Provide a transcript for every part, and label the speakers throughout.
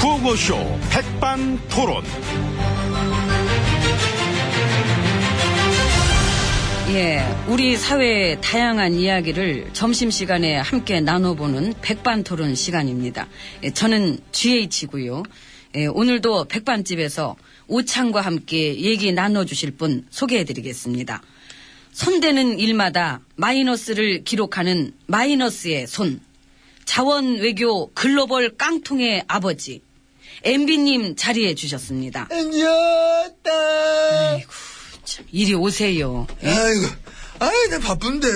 Speaker 1: 구호쇼 백반토론.
Speaker 2: 예, 우리 사회의 다양한 이야기를 점심시간에 함께 나눠보는 백반토론 시간입니다. 예, 저는 GH고요. 예, 오늘도 백반집에서 오창과 함께 얘기 나눠주실 분 소개해드리겠습니다. 손대는 일마다 마이너스를 기록하는 마이너스의 손. 자원 외교 글로벌 깡통의 아버지. MB님 자리해 주셨습니다.
Speaker 3: 안녕다.
Speaker 2: 아이고, 참, 이리 오세요. 예,
Speaker 3: 아이고, 아이 나 바쁜데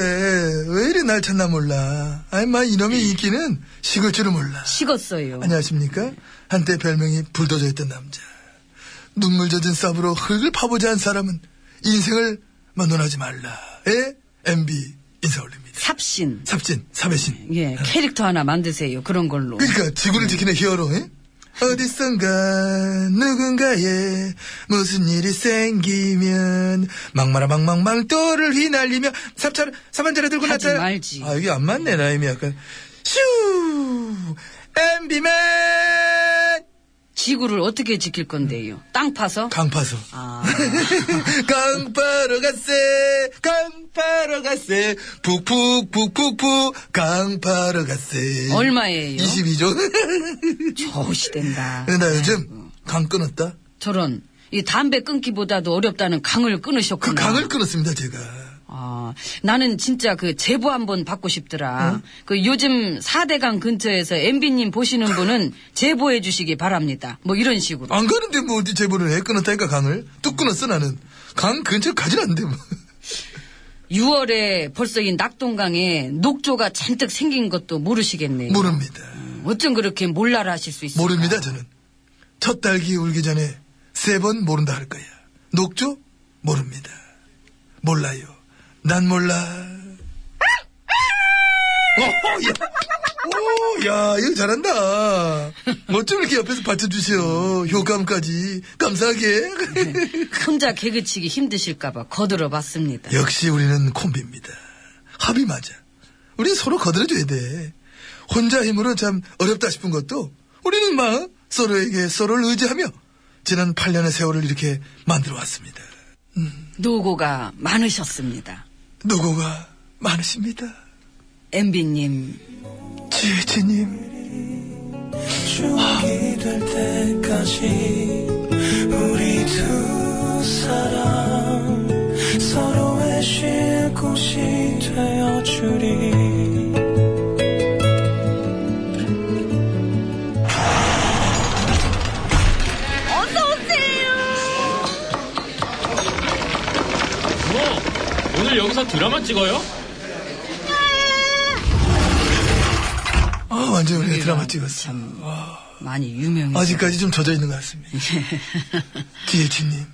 Speaker 3: 왜 이리 날 찾나 몰라. 아이 마
Speaker 2: 네.
Speaker 3: 이놈의 인기는 식을 줄을 몰라.
Speaker 2: 식었어요.
Speaker 3: 안녕하십니까? 한때 별명이 불도저였던 남자. 눈물 젖은 쌉으로 흙을 파보지 않은 사람은 인생을 막론하지 말라. 에 MB 인사 올립니다.
Speaker 2: 삽신.
Speaker 3: 삽진, 사배신.
Speaker 2: 예, 캐릭터 하나 만드세요. 그런 걸로.
Speaker 3: 그러니까 지구를 지키는 히어로. 예? 어디선가 누군가에 무슨 일이 생기면 막마라 막막망 또를 휘날리며 삽차를 사만자를 들고
Speaker 2: 하지
Speaker 3: 나타나.
Speaker 2: 말지.
Speaker 3: 아 이게 안 맞네 라임이 약간 슈 엠비맨
Speaker 2: 지구를 어떻게 지킬 건데요? 땅 파서?
Speaker 3: 강파서.
Speaker 2: 아,
Speaker 3: 강파로 갔세 강파로 갔세 푹푹푹푹푹 강파로 갔세
Speaker 2: 얼마예요?
Speaker 3: 22조
Speaker 2: 저시된다.
Speaker 3: 근데 나 요즘 강 끊었다.
Speaker 2: 저런, 이 담배 끊기보다도 어렵다는 강을
Speaker 3: 그
Speaker 2: 끊으셨구나.
Speaker 3: 강을 끊었습니다, 제가.
Speaker 2: 아, 나는 진짜 그 제보 한번 받고 싶더라. 그 요즘 4대강 근처에서 MB님 보시는 분은 제보해 주시기 바랍니다. 뭐 이런 식으로.
Speaker 3: 안 가는데 뭐 어디 제보를 해 끊었다니까 강을 뚝 끊었어 나는 강 근처 가진 않는데 뭐.
Speaker 2: 6월에 벌써 이 낙동강에 녹조가 잔뜩 생긴 것도 모르시겠네요.
Speaker 3: 모릅니다.
Speaker 2: 어쩜 그렇게 몰라라 하실 수 있을까?
Speaker 3: 모릅니다 저는 첫 딸기 울기 전에 세 번 모른다 할 거야. 녹조 모릅니다. 몰라요. 난 몰라. 오, 야, 오, 야, 이거 잘한다. 어쩜 이렇게 옆에서 받쳐주셔. 효감까지. 감사하게.
Speaker 2: 혼자 개그치기 힘드실까봐 거들어 봤습니다.
Speaker 3: 역시 우리는 콤비입니다. 합이 맞아. 우린 서로 거들어줘야 돼. 혼자 힘으로 참 어렵다 싶은 것도 우리는 막 서로에게 서로를 의지하며 지난 8년의 세월을 이렇게 만들어 왔습니다.
Speaker 2: 노고가 많으셨습니다.
Speaker 3: 노고가 많으십니다.
Speaker 2: MB님,
Speaker 3: 지혜진님,
Speaker 4: 추억이 될 때까지 우리 두 사람 서로의 쉴 곳이 되어주리
Speaker 5: 뭐, 오늘 여기서 드라마 찍어요?
Speaker 3: 아, 완전 우리 드라마 찍었어.
Speaker 2: 참 많이 유명해요.
Speaker 3: 아직까지 그- 좀 젖어 있는 것 같습니다.
Speaker 2: 네.
Speaker 3: 지혜진님,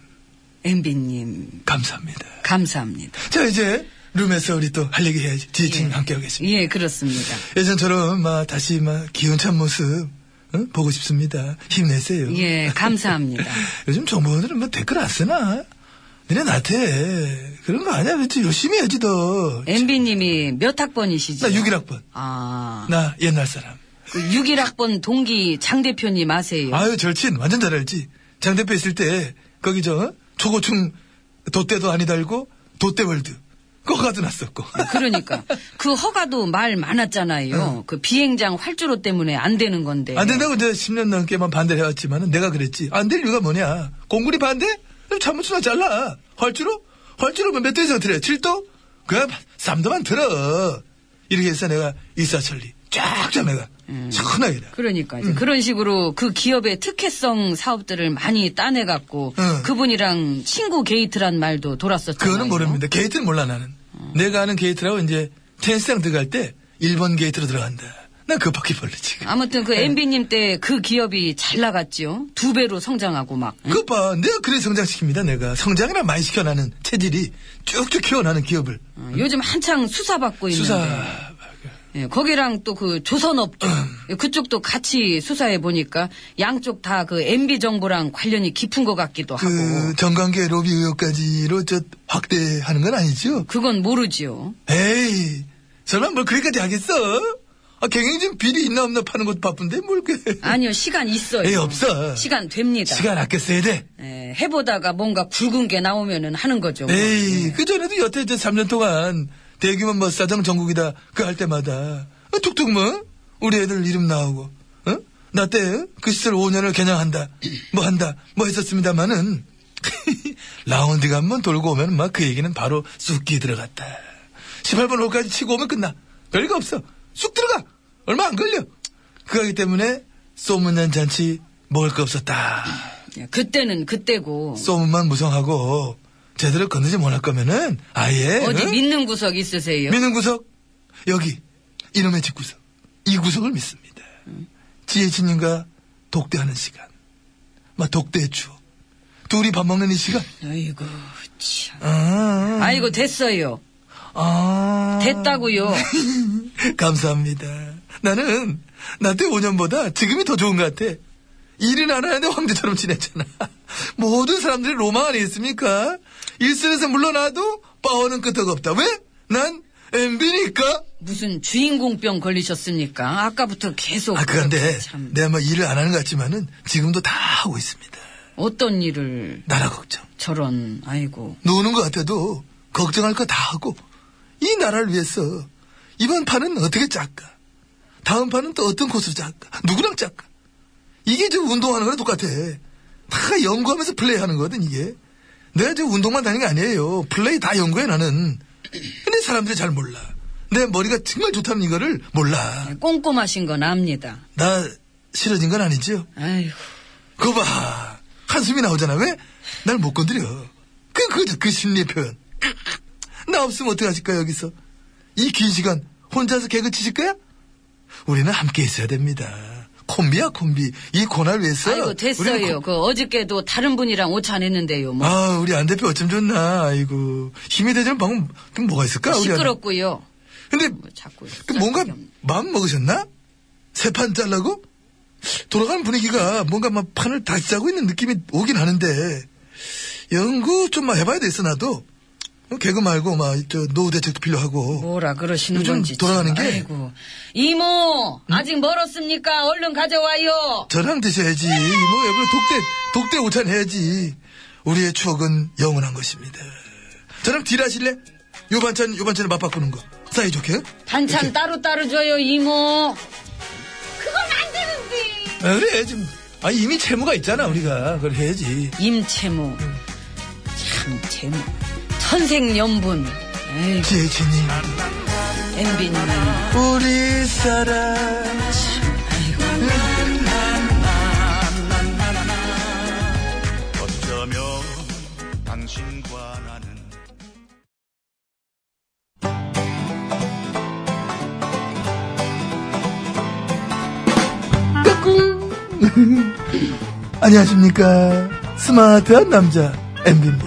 Speaker 2: MB님,
Speaker 3: 감사합니다.
Speaker 2: 감사합니다.
Speaker 3: 자, 이제 룸에서 우리 또 할 얘기 해야지. 지혜진님 함께 하겠습니다.
Speaker 2: 예, 그렇습니다.
Speaker 3: 예전처럼 막 다시 막 기운 찬 모습 응? 보고 싶습니다. 힘내세요.
Speaker 2: 예, 감사합니다.
Speaker 3: 요즘 정보원들은 뭐 댓글 안 쓰나? 니네 나태 그런 거 아니야. 그치? 열심히 해야지 너.
Speaker 2: 예. MB님이 몇 학번이시죠?
Speaker 3: 나 6일학번.
Speaker 2: 아,
Speaker 3: 나 옛날 사람.
Speaker 2: 그 6일학번 동기 장 대표님 아세요?
Speaker 3: 아유 절친 완전 잘 알지. 장 대표 있을 때 거기 저 어? 초고층 돛대도 아니 달고 돛대월드 그거 가도 났었고.
Speaker 2: 그러니까 그 허가도 말 많았잖아요. 그 비행장 활주로 때문에 안 되는 건데.
Speaker 3: 안 된다고 이제 10년 넘게만 반대를 해왔지만은 내가 그랬지. 안 될 이유가 뭐냐. 공군이 반대? 그럼 자문수나 잘라. 활주로? 활주로 몇 도에서 들어? 7도? 그야 3도만 들어. 이렇게 해서 내가 이사천리 쫙쫙 내가 시원하게 나.
Speaker 2: 그러니까
Speaker 3: 음.
Speaker 2: 이제 그런 식으로 그 기업의 특혜성 사업들을 많이 따내갖고
Speaker 3: 응.
Speaker 2: 그분이랑 친구 게이트란 말도 돌았었잖아요.
Speaker 3: 음. 그거는 모릅니다. 게이트는 몰라 나는. 내가 아는 게이트라고 이제 테니스장 들어갈 때 1번 게이트로 들어간다. 난 그 바퀴벌레 지금.
Speaker 2: 아무튼
Speaker 3: 네.
Speaker 2: 그 MB님 때 그 기업이 잘 나갔지요. 두 배로 성장하고 막. 응?
Speaker 3: 그거 봐. 내가 그래 성장시킵니다. 내가. 성장이나 많이 시켜나는 체질이 쭉쭉 키워나는 기업을.
Speaker 2: 어, 요즘 한창 수사받고 있는데.
Speaker 3: 수사.
Speaker 2: 예, 거기랑 또 그 조선업종
Speaker 3: 음.
Speaker 2: 예, 그쪽도 같이 수사해 보니까 양쪽 다 그 MB 정부랑 관련이 깊은 것 같기도 하고
Speaker 3: 그 정관계 로비 의혹까지로 저 확대하는 건 아니죠?
Speaker 2: 그건 모르지요.
Speaker 3: 에이, 설마 뭘 그렇게까지 하겠어? 아, 갱행진 비리 있나 없나 파는 것도 바쁜데 뭘 그.
Speaker 2: 아니요, 시간 있어요.
Speaker 3: 에이, 예, 없어.
Speaker 2: 시간 됩니다.
Speaker 3: 시간 아껴 써야 돼.
Speaker 2: 에, 예, 해보다가 뭔가 굵은 게 나오면은 하는 거죠. 뭐.
Speaker 3: 에이,
Speaker 2: 예.
Speaker 3: 그 전에도 여태 이제 3년 동안 대규모 뭐 사장 전국이다 그 할 때마다 어, 툭툭 뭐 우리 애들 이름 나오고 어? 나때 그 시절 5년을 겨냥한다 뭐 한다 뭐 했었습니다마는 라운딩 한번 돌고 오면 막 그 얘기는 바로 쑥기 들어갔다 18번 홀까지 치고 오면 끝나 별거 없어 쑥 들어가 얼마 안 걸려 그거기 때문에 소문난 잔치 먹을 거 없었다
Speaker 2: 예, 그때는 그때고.
Speaker 3: 소문만 무성하고 제대로 건드지 못할 거면은 아예
Speaker 2: 어디
Speaker 3: 응?
Speaker 2: 믿는 구석 있으세요?
Speaker 3: 믿는 구석 여기 이놈의 집 구석 이 구석을 믿습니다. 지혜진님과 독대하는 시간, 막 독대의 추억, 둘이 밥 먹는 이 시간.
Speaker 2: 아이고, 참.
Speaker 3: 아,
Speaker 2: 아이고, 됐어요.
Speaker 3: 아.
Speaker 2: 됐다고요.
Speaker 3: 감사합니다. 나는 나때 5년보다 지금이 더 좋은 것 같아. 일은 안 하는데 황제처럼 지냈잖아. 모든 사람들이 로망 안에 있습니까? 일선에서 물러나도 빠오는 끄떡 없다. 왜? 난 MB니까.
Speaker 2: 무슨 주인공병 걸리셨습니까? 아까부터 계속.
Speaker 3: 아, 그런데
Speaker 2: 참.
Speaker 3: 내가 뭐 일을 안 하는 것 같지만은 지금도 다 하고 있습니다.
Speaker 2: 어떤 일을
Speaker 3: 나라 걱정.
Speaker 2: 저런, 아이고.
Speaker 3: 노는 것 같아도 걱정할 거 다 하고 이 나라를 위해서 이번 판은 어떻게 짤까? 다음 판은 또 어떤 코스로 짤까? 누구랑 짤까? 이게 지금 운동하는 거랑 똑같아. 다 연구하면서 플레이하는 거거든 이게. 내가 지금 운동만 다니는 게 아니에요. 플레이 다 연구해 나는. 근데 사람들이 잘 몰라. 내 머리가 정말 좋다는 이거를 몰라.
Speaker 2: 예, 꼼꼼하신 건 압니다.
Speaker 3: 나 싫어진 건 아니지요?
Speaker 2: 아이고.
Speaker 3: 그거 봐. 한숨이 나오잖아. 왜? 날 못 건드려. 그, 그, 그 심리의 표현. 나 없으면 어떡하실 거야, 여기서. 이 긴 시간, 혼자서 개그 치실 거야? 우리는 함께 있어야 됩니다. 콤비야, 콤비. 이 고난 위해서.
Speaker 2: 아이고,
Speaker 3: 우리는
Speaker 2: 됐어요.
Speaker 3: 콤-
Speaker 2: 그 어저께도 다른 분이랑 오차 안 했는데요. 뭐.
Speaker 3: 아, 우리 안 대표 어쩜 좋나. 아이고. 힘이 되자는 방법, 그럼 뭐가 있을까? 우리 안-
Speaker 2: 시끄럽고요.
Speaker 3: 근데,
Speaker 2: 뭐 자꾸.
Speaker 3: 그 뭔가
Speaker 2: 쓸데없는.
Speaker 3: 마음 먹으셨나? 세 판 잘라고? 돌아가는 분위기가 뭔가 막 판을 다시 짜고 있는 느낌이 오긴 하는데 연구 좀 막 해봐야 돼있어 나도 어, 개그 말고 막저 노후 대책도 필요하고
Speaker 2: 뭐라 그러시는
Speaker 3: 요즘
Speaker 2: 건지.
Speaker 3: 돌아가는
Speaker 2: 참.
Speaker 3: 게-
Speaker 2: 아이고. 이모, 아직 멀었습니까? 얼른 가져와요.
Speaker 3: 저랑 드셔야지 뭐 여러분 독대 독대 오찬 해야지 우리의 추억은 영원한 것입니다 저랑 딜 하실래? 요 반찬 요 반찬을 맛바꾸는 거 사이좋게 아, 응?
Speaker 2: 반찬 따로따로 줘요, 이모.
Speaker 3: 아, 그래 지금 아 이미 채무가 있잖아 우리가 그걸 해야지
Speaker 2: 임채무. 참, 채무. 천생연분. 에이,
Speaker 3: 지혜진님
Speaker 2: 엠비님.
Speaker 3: 우리 사랑
Speaker 1: 어쩌면 당신과 나는
Speaker 3: 안녕하십니까 스마트한 남자 MB입니다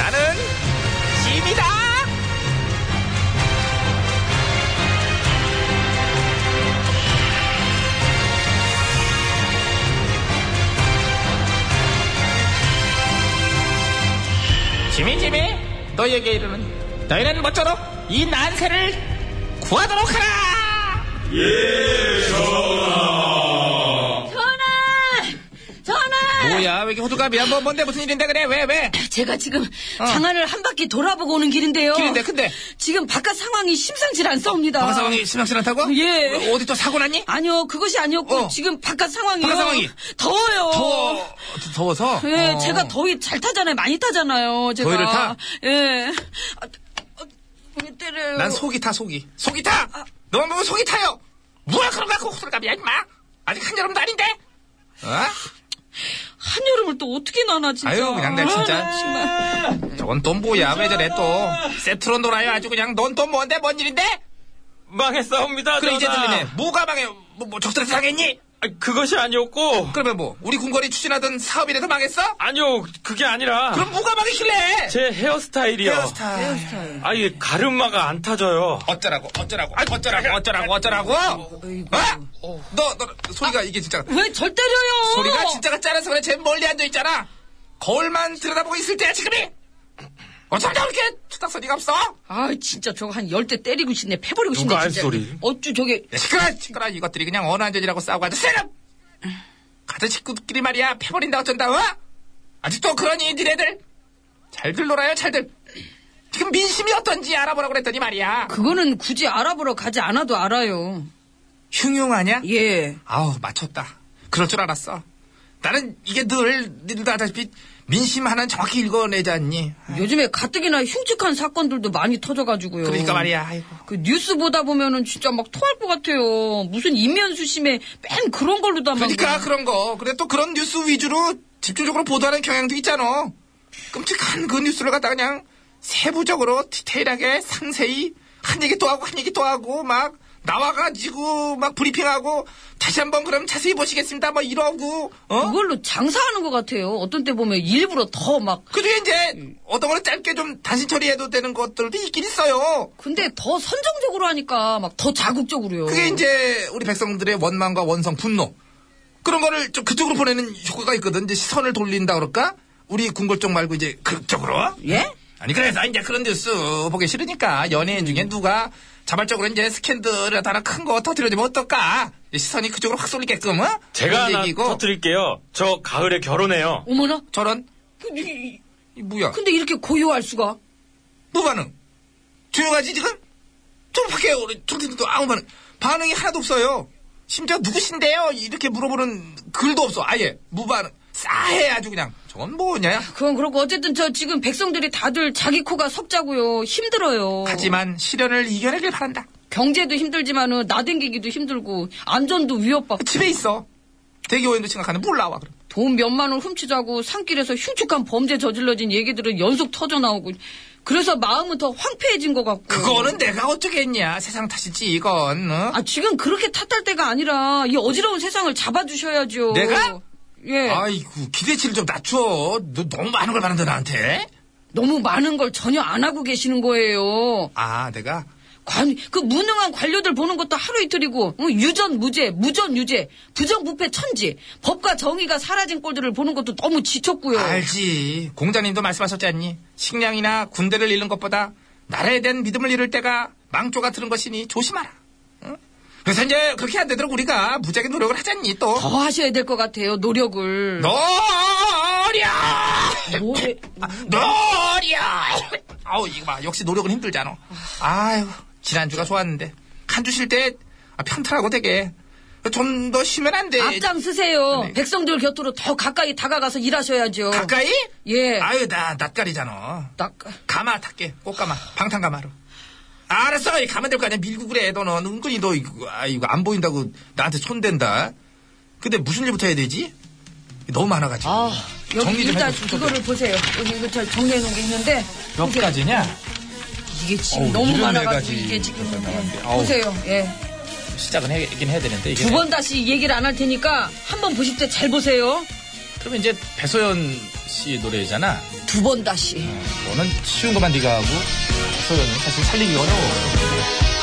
Speaker 6: 나는 짐이다. 짐이 짐이 너희에게 이르는 너희는 모쪼록 이 난세를 구하도록 하라.
Speaker 2: 전화! 전화!
Speaker 6: 뭐야 왜 이렇게 호두갑이야 뭐 뭔데 무슨 일인데 그래 왜 왜?
Speaker 2: 제가 지금 장안을 한 바퀴 돌아보고 오는 길인데요.
Speaker 6: 어. 길인데, 근데?
Speaker 2: 지금 바깥 상황이 심상치 않습니다.
Speaker 6: 방아 상황이 심상치 않다고?
Speaker 2: 예.
Speaker 6: 어, 어디 또 사고 났니?
Speaker 2: 아니요, 그것이 아니었고
Speaker 6: 어.
Speaker 2: 지금 바깥 상황이요.
Speaker 6: 바깥 상황이.
Speaker 2: 더워요.
Speaker 6: 더워 더워서?
Speaker 2: 어. 예,
Speaker 6: 어.
Speaker 2: 제가 더위 잘 타잖아요. 많이 타잖아요. 제가.
Speaker 6: 더위를 타? 어,
Speaker 2: 예. 아, 아, 왜 때려요?
Speaker 6: 난 속이 타 속이 속이 타 너만 보면 속이 타요 뭐야 그런 거야 그 호들갑이야 임마 아직 한여름도 아닌데 어?
Speaker 2: 한여름을 또 어떻게 나나 진짜.
Speaker 6: 아유 그냥 내 진짜 저건 또 뭐야 왜 저래 또 세트로 놀아요 아주 그냥 넌 또 뭔데 뭔 일인데
Speaker 5: 망했사옵니다.
Speaker 6: 그래 이제
Speaker 5: 전하.
Speaker 6: 들리네 뭐가 망해 뭐, 뭐 적들한테 당했니
Speaker 5: 아, 그것이 아니었고
Speaker 6: 그러면 뭐 우리 궁궐이 추진하던 사업이라서 망했어
Speaker 5: 아니요 그게 아니라
Speaker 6: 그럼 뭐가 망했길래
Speaker 5: 제 헤어스타일이요.
Speaker 6: 헤어스타일
Speaker 5: 아예 가르마가 안 타져요.
Speaker 6: 어쩌라고 어쩌라고 어쩌라고 어쩌라고 어쩌라고 어? 너너 소리가 이게 진짜
Speaker 2: 왜 절 때려요?
Speaker 6: 소리가 진짜 같지 않아서 그래. 쟤 멀리 앉아 있잖아. 거울만 들여다보고 있을 때야 지금이. 어쩜다 그렇게 투닥소리가 없어?
Speaker 2: 아, 진짜 저거 한 열 대 때리고 싶네. 패버리고 싶네.
Speaker 5: 누가 할
Speaker 2: 진짜.
Speaker 5: 소리?
Speaker 2: 어쭈 저게.
Speaker 6: 야, 시끄러, 시끄러. 이것들이 그냥 어난전이라고 싸우고 아주 세금. 같은 식구끼리 말이야. 패버린다 어쩐다. 어? 아직도 그러니 니네들. 잘들 놀아요 잘들. 지금 민심이 어떤지 알아보라고 그랬더니 말이야.
Speaker 2: 그거는 굳이 알아보러 가지 않아도 알아요.
Speaker 6: 흉흉하냐?
Speaker 2: 예.
Speaker 6: 아우 맞췄다. 그럴 줄 알았어. 나는 이게 늘 니들도 아다시피 민심 하나는 정확히 읽어내잖니.
Speaker 2: 요즘에 가뜩이나 흉측한 사건들도 많이 터져가지고요.
Speaker 6: 그러니까 말이야. 아이고.
Speaker 2: 그 뉴스 보다 보면은 진짜 막 토할 것 같아요. 무슨 인면수심에 맨 그런 걸로도 막.
Speaker 6: 그러니까 그런 거. 그래 또 그런 뉴스 위주로 집중적으로 보도하는 경향도 있잖아. 끔찍한 그 뉴스를 갖다 그냥 세부적으로 디테일하게 상세히 한 얘기 또 하고 한 얘기 또 하고 막 나와가지고 막 브리핑하고 다시 한번 그럼 자세히 보시겠습니다. 뭐 이러고 어?
Speaker 2: 그걸로 장사하는 것 같아요. 어떤 때 보면 일부러 더 막.
Speaker 6: 그중에 이제 어떤 거는 짧게 좀 단신 처리해도 되는 것들도 있긴 있어요.
Speaker 2: 근데 더 선정적으로 하니까 막 더 자극적으로요.
Speaker 5: 음.
Speaker 6: 그게 이제 우리 백성들의 원망과 원성, 분노 그런 거를 좀 그쪽으로 보내는 효과가 있거든. 이제 시선을 돌린다 그럴까? 우리 궁궐 쪽 말고 이제 극적으로.
Speaker 2: 예?
Speaker 6: 아니 그래서 이제 그런 뉴스 보기 싫으니까 연예인 중에
Speaker 5: 음.
Speaker 6: 누가 자발적으로 이제 스캔들을 하나 큰 거 터뜨려주면 어떨까? 이 시선이 그쪽으로 확 쏠리게끔. 어?
Speaker 5: 제가
Speaker 6: 그런
Speaker 5: 하나 터뜨릴게요. 저 가을에 결혼해요.
Speaker 2: 어머나.
Speaker 6: 저런
Speaker 2: 근데 이-
Speaker 6: 이 뭐야?
Speaker 2: 근데 이렇게 고요할 수가.
Speaker 6: 뭐 반응? 조용하지 지금? 좀 밖에 우리 청팀도 아무 반응 반응이 하나도 없어요. 심지어 누구신데요? 이렇게 물어보는 글도 없어. 아예 무반응. 싸해 아주 그냥. 저건 뭐냐?
Speaker 2: 그건 그렇고 어쨌든 저 지금 백성들이 다들 자기 코가 석자고요. 힘들어요.
Speaker 6: 하지만 시련을 이겨내길 바란다.
Speaker 2: 경제도 힘들지만은 나댕기기도 힘들고 안전도 위협받고
Speaker 6: 집에 있어. 대기오염도 생각하는 물 나와 그럼.
Speaker 2: 돈 몇만 원 훔치자고 산길에서 흉측한 범죄 저질러진 얘기들은 연속 터져 나오고 그래서 마음은 더 황폐해진 것 같고
Speaker 6: 그거는 내가 어쩌겠냐. 세상 탓이지 이건. 어?
Speaker 2: 아 지금 그렇게 탓할 때가 아니라 이 어지러운 세상을 잡아주셔야죠.
Speaker 6: 내가?
Speaker 2: 예
Speaker 6: 아이고 기대치를 좀 낮춰. 너 너무 많은 걸 바란다 나한테.
Speaker 2: 너무 많은 걸 전혀 안 하고 계시는 거예요.
Speaker 6: 아 내가
Speaker 2: 관, 그 무능한 관료들 보는 것도 하루 이틀이고 응, 유전 무죄, 무전 유죄, 부정부패 천지, 법과 정의가 사라진 꼴들을 보는 것도 너무 지쳤고요.
Speaker 6: 알지. 공자님도 말씀하셨지 않니? 식량이나 군대를 잃는 것보다 나라에 대한 믿음을 잃을 때가 망조가 트는 것이니 조심하라. 응? 그래서 이제 그렇게 안 되도록 우리가 무지하게 노력을 하잖니 또.
Speaker 2: 더 하셔야 될 것 같아요 노력을.
Speaker 6: 노력!
Speaker 2: 뭐, 예.
Speaker 6: 아, 노력! 아우 이거 봐 역시 노력은 힘들잖아. 아유 지난주가 좋았는데 한 주 쉴 때 아, 편탈하고 되게 좀 더 쉬면 안 돼.
Speaker 2: 앞장서세요.
Speaker 6: 네.
Speaker 2: 백성들 곁으로 더 가까이 다가가서 일하셔야죠.
Speaker 6: 어. 가까이?
Speaker 2: 예.
Speaker 6: 아유 나 낯가리잖아.
Speaker 2: 나-
Speaker 6: 가마 탈게 꽃가마 방탄가마로 알았어 이 가면 될 거 아니야 밀고 그래 너는 은근히 너 이거, 아, 이거 안 보인다고 나한테 손댄다 근데 무슨 일부터 해야 되지? 너무 많아가지고
Speaker 2: 아, 여기
Speaker 6: 정리 좀
Speaker 2: 일단
Speaker 6: 해줘, 순서대로.
Speaker 2: 이거를 보세요. 여기 이거 저 정리해 놓은 게 있는데
Speaker 6: 몇 가지냐?
Speaker 2: 이게 지금
Speaker 6: 어우,
Speaker 2: 너무
Speaker 6: 일흔네
Speaker 2: 많아가지고
Speaker 6: 가지
Speaker 2: 이게 지금
Speaker 6: 정도 나왔는데. 아우. 예.
Speaker 2: 보세요. 예.
Speaker 6: 시작은 해긴 해야 되는데 이게
Speaker 2: 두 번 다시 얘기를 안 할 테니까 한 번 보실 때 잘 보세요.
Speaker 6: 그러면 이제 배소연 씨 노래잖아
Speaker 2: 두 번 다시.
Speaker 6: 그거는 쉬운 것만 네가 하고 배소연은 사실 살리기 어려워